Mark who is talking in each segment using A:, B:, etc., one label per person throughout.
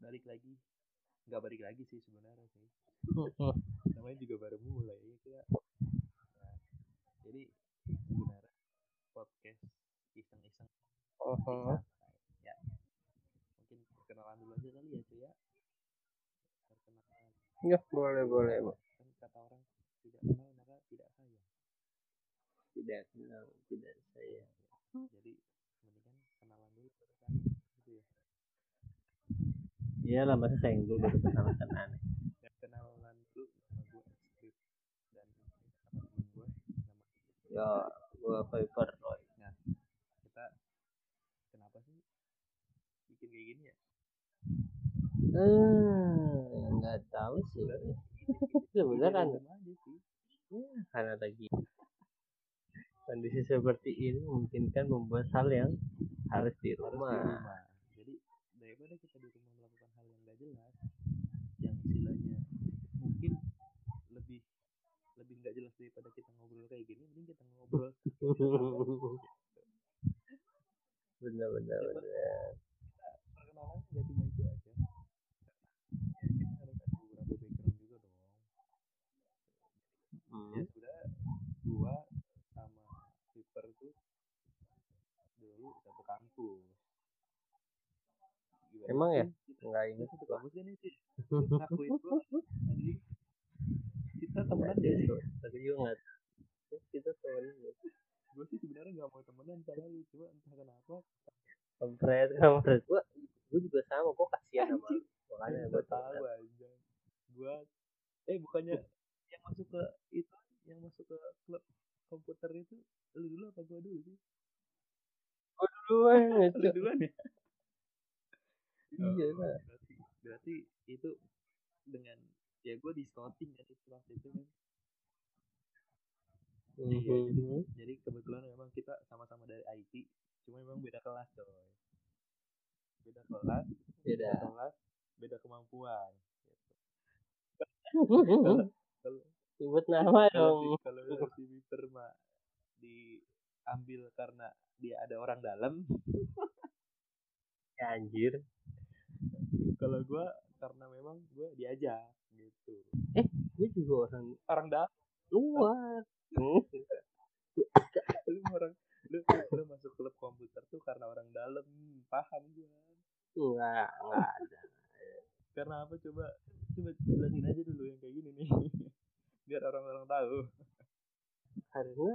A: balik lagi nggak balik lagi sih sebenarnya sih namanya juga baru mulai ya kita Nah, jadi sebenarnya podcast iseng-iseng
B: Heeh.
A: ya mungkin perkenalan dulu aja kali ya cuy ya perkenalan
B: Ya, boleh, boleh, Bang.
A: kan kata orang tidak kenal maka tidak sayang
B: Tidak, kenal, tidak saya.
A: jadi mendingan kenalan dulu baru sayang gitu ya
B: Iya lah, masa sayang dulu baru kenal kan aneh.
A: dan kenalan dulu nama gue Astrid dan ini sama temen gue nama
B: Ya, gua Viper Roy.
A: kita kenapa sih bikin kayak gini ya
B: Hmm, nggak tahu sih.
A: sebenarnya
B: Sebenarnya
A: random aja sih
B: karena lagi kondisi seperti ini memungkinkan membuat hal yang harus di
A: harus di
B: rumah.
A: rumah. Jadi daripada kita di rumah melakukan hal yang gak jelas, yang istilahnya mungkin lebih lebih nggak jelas daripada kita ngobrol kayak gini, mending kita ngobrol
B: bener bener bener
A: perkenalan nggak cuma itu aja. Ya, kita harus ada beberapa background juga dong. Ya
B: Hmm,
A: sudah, gua sama Viper tuh dulu satu kampus. Gimana
B: Emang ya?
A: sih Kita
B: nggak
A: Ini
B: inget
A: satu
B: gua.
A: kampus kan ini sih. Ngakuin gua anjing. Kita temenan
B: Nggak
A: gak sih?
B: inget gua. Tapi juga nggak tahu. Iya, kita iya. temen
A: Gue sih sebenarnya gak mau temenan sama lu, cuma entah kenapa.
B: kampret kampret gua gua juga sama kok kasihan sama lu. makanya
A: Ada
B: gua
A: tahu
B: temenan.
A: aja. Gua eh bukannya yang masuk ke itu yang masuk ke klub komputer itu lu dulu apa gua dulu sih?
B: duluan
A: Lu
B: itu
A: duluan ya?
B: iya
A: Oh,
B: lah
A: Berarti, berarti itu dengan ya gue di scouting kan itu waktu itu kan Iya,
B: Mhm.
A: jadi kebetulan memang kita sama-sama dari IT cuma memang beda kelas coy beda kelas
B: beda
A: beda kelas beda kemampuan kalau
B: Sebut nama
A: kalau
B: dong
A: si kalau si Miper mah diambil karena dia ada orang dalam
B: Ya, anjir
A: kalau gua karena memang gua diajak gitu
B: gua juga orang
A: orang dalam
B: luar
A: lu orang lu lu masuk klub komputer tuh karena orang dalam paham gua
B: enggak enggak ada
A: karena apa coba coba jelasin aja dulu yang kayak gini nih biar orang-orang tahu
B: karena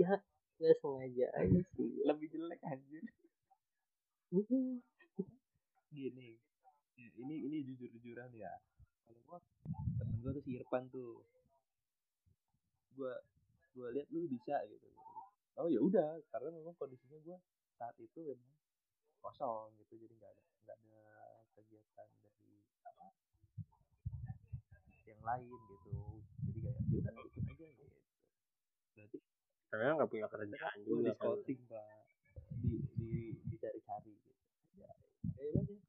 B: ya nggak sengaja aja sih
A: lebih jelek anjir
B: Mhm.
A: gini ya, ini ini jujur jujuran ya kalau gua temen gua tuh si Irfan tuh gua gua lihat lu bisa gitu oh ya udah karena memang kondisinya gua saat itu memang kosong gitu jadi nggak ada nggak ada kegiatan dari apa yang lain gitu jadi kayak ya udah ikut aja gitu berarti
B: sebenarnya nggak punya kerjaan
A: gue
B: juga
A: di
B: kan
A: scouting pak di di dicari-cari gitu ya kayak banyak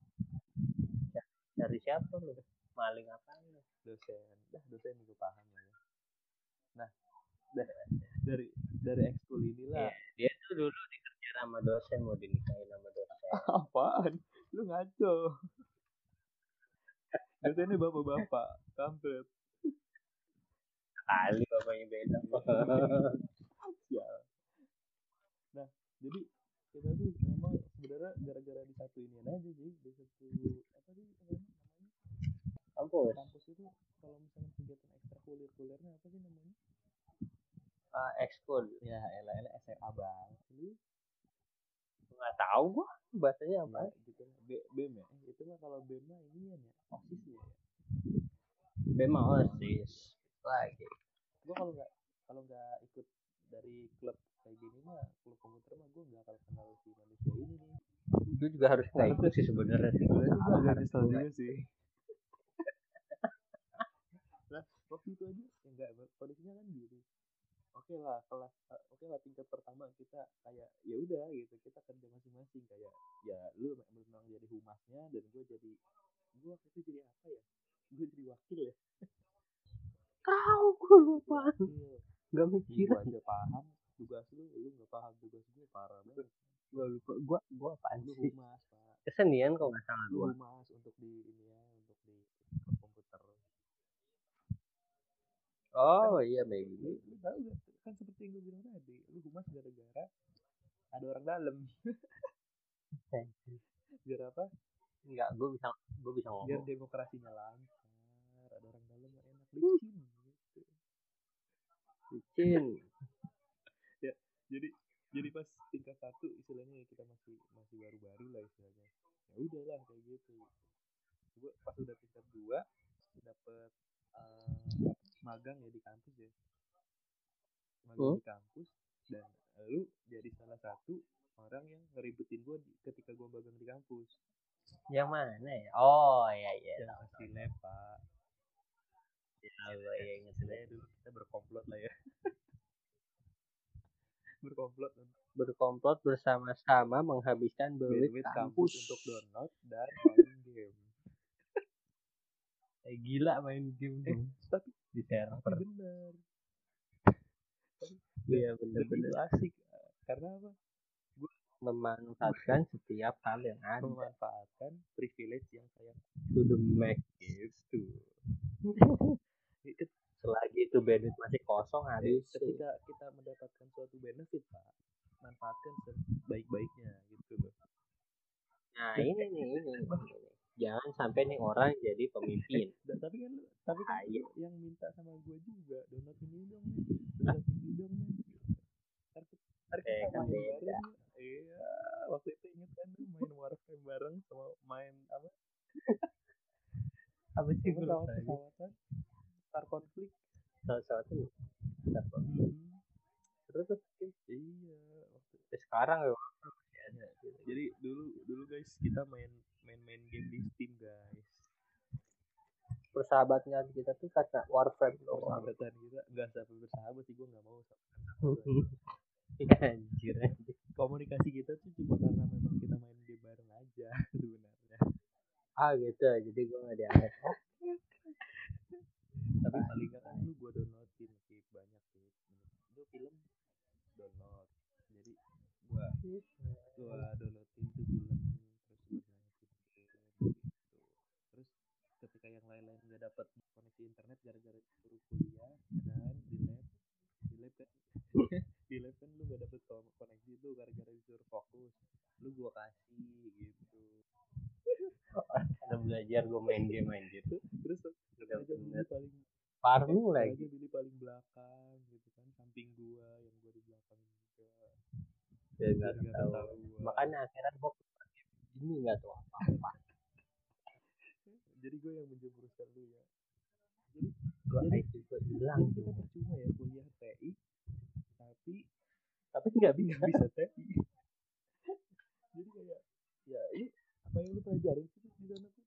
B: dari siapa lu maling apa lu
A: dosen dah dosen gue paham lah ya nah da- dari dari ekskul inilah
B: dia tuh dulu dikerja sama dosen mau dinikahin sama dosen
A: apaan lu ngaco dosennya bapak-bapak kampret
B: kali bapaknya beda
A: sial nah jadi kita tuh memang sebenarnya gara-gara di satu ini aja sih di satu apa sih namanya
B: kampus
A: kampus itu kalau misalnya kegiatan ekstrakurikulernya apa sih namanya
B: uh, ekskul
A: ya elah elah SMA bang lu
B: nggak tahu gua bahasanya apa
A: apa gitu lah. B BEM ya Eh, itu mah kalau BEM mah ini ya osis ya
B: bema osis lagi
A: gue kalau nggak kalau nggak ikut dari klub kayak gini mah klub komputer mah gue nggak akan kenal si manusia ini nih
B: gue juga harus nggak ikut sih sebenarnya sih
A: agak nyesel Nah, juga sih lah waktu itu aja ya enggak kondisinya kan gitu oke lah kelas eh, oke lah tingkat pertama kita kayak ya udah gitu kita kerja masing-masing kayak ya lu memang jadi humasnya dan gue jadi gue waktu itu jadi apa ya gue jadi wakil ya
B: tahu gua lupa
A: wakil
B: nggak
A: Nih,
B: mikir
A: gua aja paham tugas lu, lu nggak paham tugas gue parah banget.
B: gua lupa gua gua apaan
A: Lu
B: sih
A: humas pak.
B: kesenian kalau nggak salah
A: lu
B: gua
A: mas untuk di ini ya untuk di komputer
B: oh iya
A: lu,
B: maybe
A: lu tahu gak kan seperti yang gue bilang tadi lu humas gara-gara ada orang dalam biar apa
B: nggak gua bisa gua bisa
A: biar
B: ngomong
A: demokrasinya lancar ada orang dalam yang enak licin gitu.
B: Licin.
A: jadi jadi pas tingkat satu istilahnya ya kita masih masih baru-baru lah istilahnya ya udahlah kayak gitu gue pas udah tingkat dua dapet eh, magang ya di kampus ya magang
B: Hmm?
A: di kampus dan lu jadi salah satu orang yang ngeribetin gue ketika gue magang di kampus
B: yang mana ya oh iya iya
A: yang kasih lab Ya, pak
B: Ya, gua iya inget
A: istilahnya dulu kita berkomplot lah ya berkomplot untuk
B: berkomplot bersama-sama menghabiskan duit
A: duit
B: kampus.
A: kampus untuk download dan main game
B: Eh, gila main game
A: Eh,
B: dong
A: tapi-
B: di server.
A: tapi bener
B: Iya
A: Dan itu
B: bener-bener
A: asik eh, karena apa
B: memanfaatkan setiap hal yang ada
A: memanfaatkan privilege yang saya
B: to the max.
A: gives to
B: Selagi itu bandwidth masih kosong harus
A: ketika kita mendapatkan suatu benefit pak manfaatkan sebaik-baiknya gitu loh
B: Nah ini nih ini, ini, ini. Jangan sampai nih orang jadi pemimpin.
A: Dan, tapi kan lu- tapi kan
B: Ah, iya.
A: lu yang minta sama gue juga download ini dong men download ini dong men ntar ki- ntar
B: Eh,
A: kita
B: kan
A: main
B: beda.
A: bareng yuk. iya waktu itu inget kan lu main warframe bareng sama main apa
B: Apa sih
A: sama lawan pesawatan star konflik
B: itu? Hmm. Terus terus, terus.
A: iya waktu
B: Sampai sekarang ya.
A: Jadi dulu dulu guys kita main main main game di Steam guys.
B: Persahabatnya kita tuh karena warframe doang.
A: Persahabatan kita nggak sampai bersahabat sih gue nggak mau. sama-
B: Iya, Anjir.
A: Komunikasi kita tuh cuma karena memang kita main game bareng aja sebenarnya.
B: Ah gitu. Jadi gue nggak dianggap.
A: Tapi paling nggak kan lu gue downloadin sih banyak sih. Lu film download. Jadi gua gua downloadin tuh film terus gua downloadin game gitu. Terus ketika yang lain-lain nggak dapet koneksi internet gara-gara suruh kuliah ya kan di lab di lab kan di lab kan lu gak dapet kon- koneksi tuh gara-gara disuruh fokus lu gua kasih gitu
B: Karena belajar gue main game anjir.
A: terus sengaja
B: bener.
A: milih paling
B: Parnu
A: sengaja
B: lagi.
A: milih paling belakang gitu kan samping gua yang gua di belakang juga
B: Ya, nggak
A: gara-gara
B: tahu.
A: ketahuan.
B: Makanya akhirnya gue ini nggak tahu apa-apa.
A: jadi gue yang menjeburuskan lu ya
B: Gue
A: Jadi-
B: itu gue hilang.
A: jadi kita percuma ya kuliah TI tapi
B: Tapi nggak
A: tapi nggak bisa TI jadi kayak ya ini apa yang lu pelajarin sih di sana tuh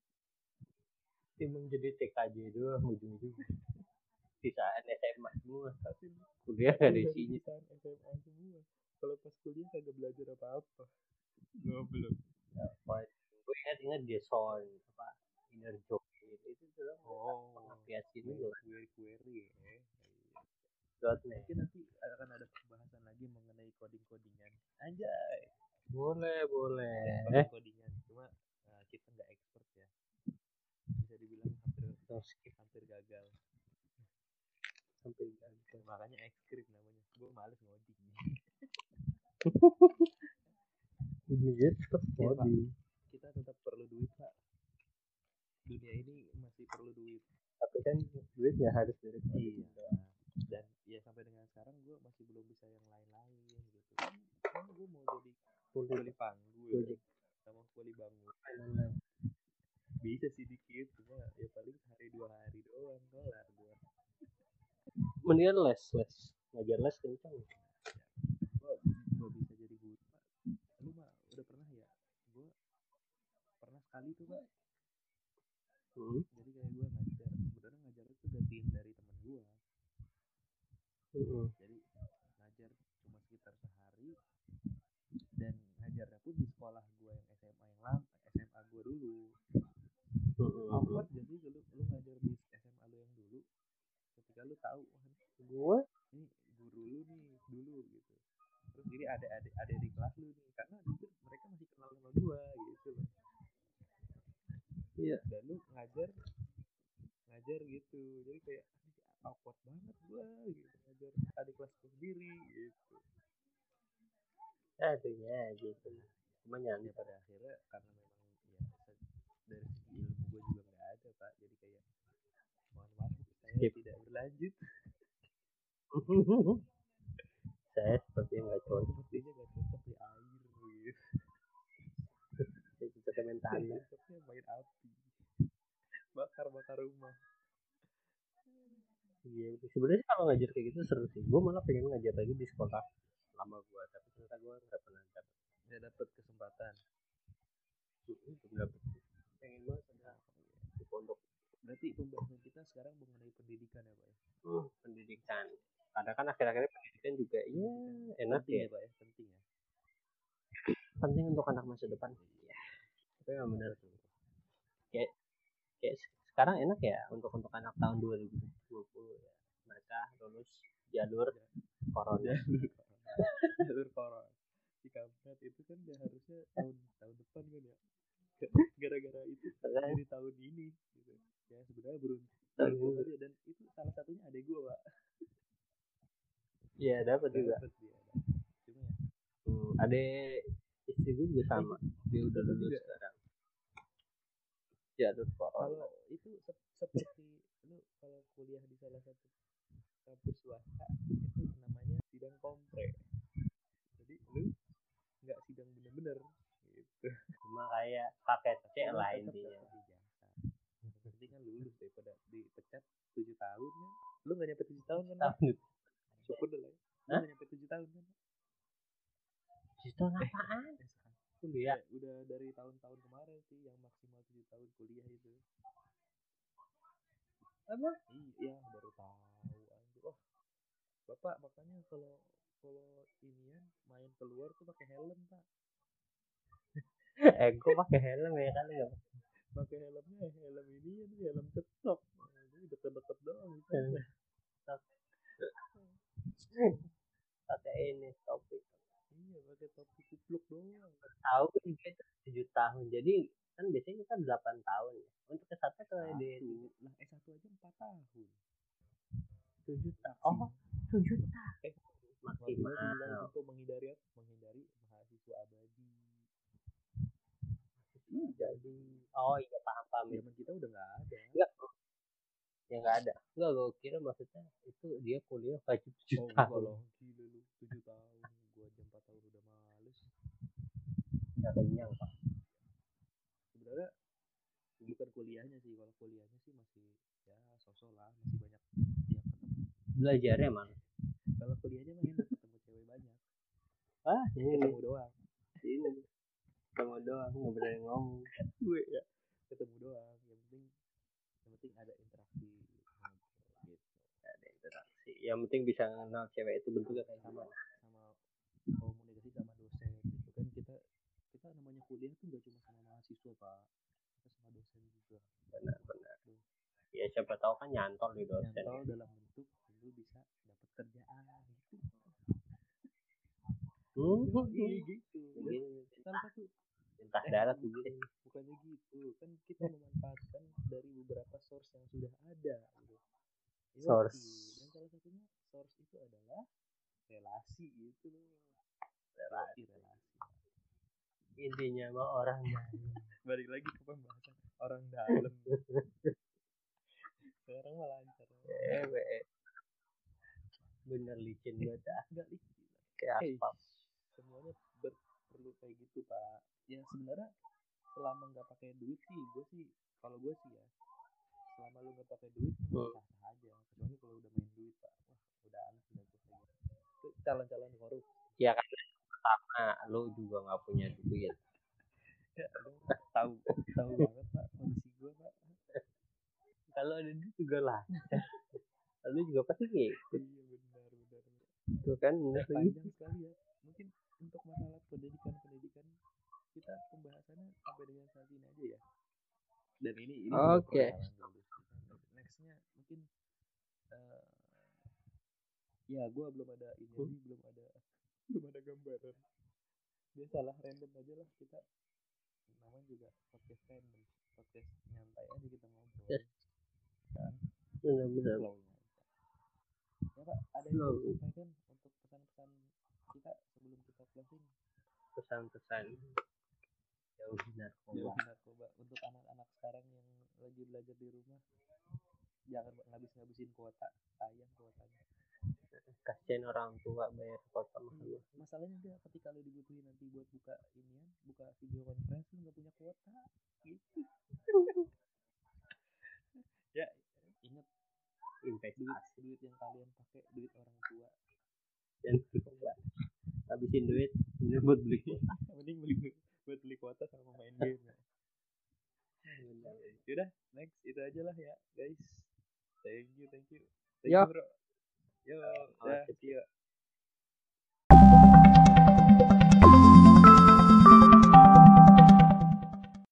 B: bisa menjadi TKJ doang ujung-ujung. Sisaan SMA semua.
A: hasil
B: Kuliah nggak ada
A: kuliah
B: isinya.
A: jurusan SMA semua kalau pas kuliah kagak belajar apa-apa goblok
B: Wah, Gue ingat-ingat Jason apa inner joke gitu. itu tuh
A: oh
B: aplikasi ini
A: query query ya
B: .net.
A: mungkin nanti akan ada pembahasan lagi mengenai coding codingan anjay
B: Boleh, boleh.
A: eh. codingan cuma eh, kita nggak expert ya bisa dibilang hampir
B: Terus skip
A: hampir gagal
B: sampai ganti.
A: makanya ekskrim namanya gue males ngoding
B: Ujung-ujungnya tetap
A: Iya, Pak.
B: body.
A: kita tetap perlu duit pak dunia ini masih perlu duit
B: Tapi kan duit nggak harus dari coding doang.
A: dan ya sampai dengan sekarang gue masih belum bisa yang lain-lain gitu kan gue mau jadi
B: Kulit
A: kuli panggul
B: Kulit.
A: sama kuli bangun
B: online.
A: bisa sih dikit cuma ya paling sehari dua hari doang kelar gue
B: Mendingan les, les. Ngajar les kencang.
A: gue bisa jadi guru pak lu mah udah pernah ya gue pernah sekali tuh pak
B: Hmm.
A: jadi kayak gue ngajar sebenarnya ngajar itu gantiin dari temen gue
B: Mm-mm.
A: jadi ngajar cuma sekitar sehari dan ngajarnya pun di sekolah gue yang SMA yang lama SMA gue dulu
B: Mm-mm.
A: awkward jadi lu lu ngajar di SMA lu yang dulu ketika lu tahu wah
B: Gue
A: ini guru lu nih dulu gitu terus ini ada ada ada di kelas lu nih karena jujur mereka masih kenal sama gue gitu loh
B: Iya.
A: dan lu ngajar ngajar gitu jadi kayak "Aduh, awkward banget gua gitu ngajar adik kelas gua sendiri gitu
B: Aduhnya gitu. Cuman
A: ya
B: nyanyi
A: pada akhirnya karena memang ya se- dari segi ilmu gua juga nggak ada pak jadi kayak mohon maaf saya
B: Skip.
A: tidak berlanjut
B: Saya seperti nggak cocok.
A: sepertinya nggak cocok di air gitu
B: Saya cocok main tanah.
A: cocoknya main api bakar bakar rumah
B: Iya, sebenarnya kalau ngajar kayak gitu seru sih. Gue malah pengen ngajar lagi di sekolah lama gue, tapi ternyata gue nggak pernah dapet.
A: nggak dapet kesempatan
B: Belum dapet. Pengen banget ada di pondok
A: berarti pembahasan kita sekarang mengenai pendidikan ya pak ya
B: Hmm, pendidikan. Karena kan akhir-akhirnya pendidikan juga ya enak
A: penting
B: ya.
A: ya pak ya penting ya
B: Penting untuk anak masa depan. Iya. Tapi nggak benar tuh. Kayak, kayak se- sekarang enak ya untuk untuk anak tahun 2020 ya. Mereka lulus jalur corona.
A: jalur koron di kampret itu kan ya harusnya tahun tahun depan kan ya gara-gara itu
B: Karena
A: dari tahun ini gitu ya sebenarnya beruntung
B: tahun
A: beruntung
B: ini-
A: aja dan itu salah satunya ada gue pak
B: Iya dapat juga.
A: Dapet dia, dapet. cuma ya
B: Hmm, ada istri gue juga sama. Dia udah
A: Itu
B: lulus
A: juga.
B: sekarang. Jalur corona.
A: kalau itu sep- seperti lu kalau kuliah di salah satu kampus swasta itu namanya sidang kompre jadi lu nggak sidang bener-bener gitu
B: Cuma kayak ya. paket C
A: Tapi lu
B: lah
A: tetap
B: intinya.
A: dapat ijazah. Yang penting kan lulus daripada dipecat tujuh tahun kan lu nggak nyampe tujuh tahun kan Pak?
B: Tahun
A: syukur deh lah ya lu
B: Hah?
A: nggak nyampe tujuh tahun kan
B: itu apaan?
A: ya.
B: Kuliah.
A: udah dari tahun-tahun kemarin sih yang maksimal tujuh tahun kuliah itu
B: Apa?
A: iya baru tahu anjir wah bapak makanya kalau kalau inian main keluar tuh pakai helm pak
B: eh gue pakai helm ya kan nggak
A: pakai helmnya eh, helm inian helm cetok jadi deket-deket doang gitu
B: pakai helm. pakai ini topi
A: iya pakai topi kupluk doang
B: tahu kan juga itu tujuh tahun jadi kan biasanya kita delapan tahun ya untuk kesatuan kalau di
A: Satu. Lah S1 aja 4 tahun.
B: tujuh tahun
A: Oh,
B: oh tujuh tahun
A: Eh, Maksimal sembilan
B: maksimal
A: untuk menghindari apa? Menghindari mahasiswa abadi.
B: Hmm. jadi oh iya paham paham ya
A: Zaman kita udah nggak ada.
B: enggak ya nggak ada enggak gue kira maksudnya itu dia kuliah wajib
A: Oh,
B: tujuh
A: enggak
B: tahun
A: loh. Gila lu, 7 tahun. Gua aja 4 tahun udah males.
B: nggak kenyang pak
A: Sebenarnya bukan kuliahnya sih. Kalau kuliahnya sih masih ya sosok lah, masih banyak yang ketemu.
B: belajarnya mana
A: Kalau kuliahnya mah enak ketemu cewek banyak.
B: ah ini
A: Ketemu doang.
B: ini kamu doang nggak berani ngomong
A: Gue ya ketemu doang. Yang penting yang penting ada interaksi ngobrol gitu.
B: Nggak ada interaksi yang penting bisa kenal cewek itu bentuknya kayak gimana
A: sama komunikasi sama dosen gitu kan kita kita namanya kuliah tuh gak cuma sama mahasiswa pak kita sama dosen juga
B: benar-benar ya siapa tahu kan nyantol di dosen
A: nyantol dalam bentuk lu bisa dapat kerjaan gitu
B: Hmm?
A: Yoi,
B: Iya.
A: gitu Dan
B: Begini,
A: salah satu
B: lintah darat begini
A: Iya, bukannya gitu kan kita memanfaatkan dari beberapa source yang sudah ada gitu. Yoi,
B: Source.
A: dan salah satunya source itu adalah relasi gitu
B: Relasi.
A: Yoi, relasi
B: intinya mah orang
A: balik lagi ke pembahasan orang dalam sekarang mah lancar
B: Iya. cewek bener licin banget ah.
A: enggak nih
B: kayak
A: Eh,
B: aspal
A: semuanya ber- perlu kayak gitu pak ya sebenarnya selama nggak pakai duit sih gue sih kalau gue sih ya selama lu nggak pakai duit
B: Hmm.
A: sah sah aja kecuali kalau udah main duit pak wah udah aneh udah gue kayak gitu Itu calon-calon korup
B: ya kan pertama lu juga nggak punya duit
A: ya, lu tahu tahu banget pak kondisi gue pak
B: kalau ada duit juga lah lu juga pasti kayak
A: iya benar benar
B: gitu kan bener lagi
A: panjang sekali ya mungkin untuk masalah pendidikan pendidikan kita pembahasannya sampai dengan saat ini aja ya dan ini ini
B: Oke.
A: perkenalan dulu. nextnya mungkin eh, ya gua belum ada ini
B: Hmm?
A: sih, belum ada belum ada gambaran biasalah random aja lah kita namanya juga podcast random podcast podcast nyantai aja kita ngobrol
B: Yes.
A: kan
B: benar-benar
A: flow-nya aja. ya pak ada yang
B: Flow.
A: mau disampaikan untuk pesan-pesan kita sebelum kita closing
B: Gitu. pesan-pesan jauh narkoba
A: Jauhi narkoba untuk anak-anak sekarang yang lagi belajar di rumah jangan ngabis-ngabisin kuota sayang kuotanya
B: kasihan orang tua bayar kota mahal
A: masalahnya dia ketika lu dibutuhin nanti buat buka inian buka video conference lu nggak punya kuota gitu ya ingat duit
B: investasi
A: duit yang kalian pakai duit orang tua
B: dan narkoba habisin duit ini buat beli kota
A: mending beli buat beli kuota sama main game ya. yaudah next itu aja lah ya guys thank you thank you thank you
B: Yo.
A: bro yo
B: Yo.